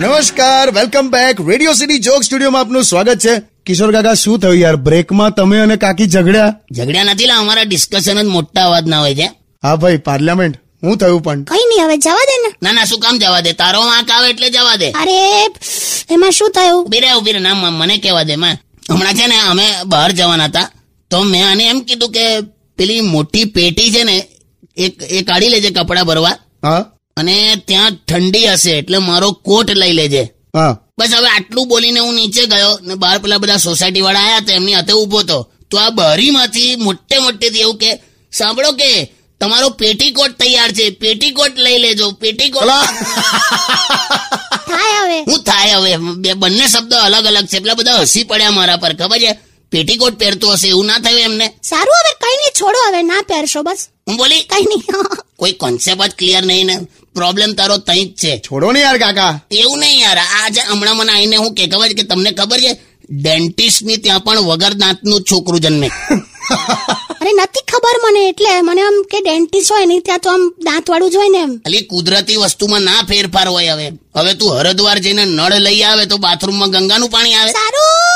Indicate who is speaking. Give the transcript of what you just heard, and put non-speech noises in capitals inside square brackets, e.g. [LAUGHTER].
Speaker 1: નમસ્કાર welcome back radio city joke સ્ટુડિયોમાં આપનું સ્વાગત છે કિશોર કાકા શું થયું યાર બ્રેકમાં તમે અને કાકી ઝઘડ્યા
Speaker 2: ઝઘડ્યા નથી લા અમારા ડિસ્કશન જ મોટા અવાજના હોય છે
Speaker 1: હા ભાઈ પાર્લામેન્ટ હું થયું પણ
Speaker 3: કઈ નહીં હવે જવા દે ને
Speaker 2: ના ના શું કામ જવા દે તારો વાંક આવે એટલે જવા દે
Speaker 3: અરે એમાં શું થયું
Speaker 2: ઉભી રે ઉભી રે ના મ- મને કહેવા દે માં હમણાં છે ને અમે બહાર જવાના હતા તો મેં આને એમ કીધું કે પેલી મોટી પેટી છે ને એક એ કાઢી લેજે કપડાં ભરવા
Speaker 1: હા
Speaker 2: અને ત્યાં ઠંડી હશે એટલે મારો કોટ લઈ લેજે
Speaker 1: હા
Speaker 2: બસ હવે આટલું બોલીને હું નીચે ગયો ને બહાર પેલા બધા સોસાયટી વાળા આયા હતા એમની હાથે ઊભો હતો તો આ બહરીમાંથી મોટે મોટેથી એવું કે સાંભળો કે તમારો પેટીકોટ તૈયાર છે પેટીકોટ લઈ લેજો પેટીકોટ
Speaker 3: થાય હવે
Speaker 2: હું થાય હવે બે બંને શબ્દો અલગ અલગ છે એટલા બધા હસી પડ્યા મારા પર ખબર છે પેટીકોટ પહેરતો હશે એવું ના થયું એમને
Speaker 3: સારું હવે કઈ નહીં છોડો હવે ના પહેરશો બસ
Speaker 2: હું બોલી
Speaker 3: કઈ નહીં
Speaker 2: કોઈ કોન્સેપ્ટ જ ક્લિયર નહીં ને પ્રોબ્લેમ તારો તઈ જ છે
Speaker 1: છોડો ને યાર કાકા
Speaker 2: એવું નહીં યાર આજે હમણાં મને આઈને હું કે ખબર છે કે તમને ખબર છે ડેન્ટિસ્ટ ની ત્યાં પણ વગર દાંતનું જ છોકરું જન્મે
Speaker 3: [LAUGHS] અરે નથી ખબર મને એટલે મને આમ કે ડેન્ટિસ્ટ હોય નહીં ત્યાં તો આમ દાંત વાળું જ હોય ને એમ
Speaker 2: અલી કુદરતી વસ્તુમાં ના ફેરફાર હોય હવે હવે તું હરદ્વાર જઈને નળ લઈ આવે તો બાથરૂમમાં ગંગાનું પાણી આવે
Speaker 3: સારું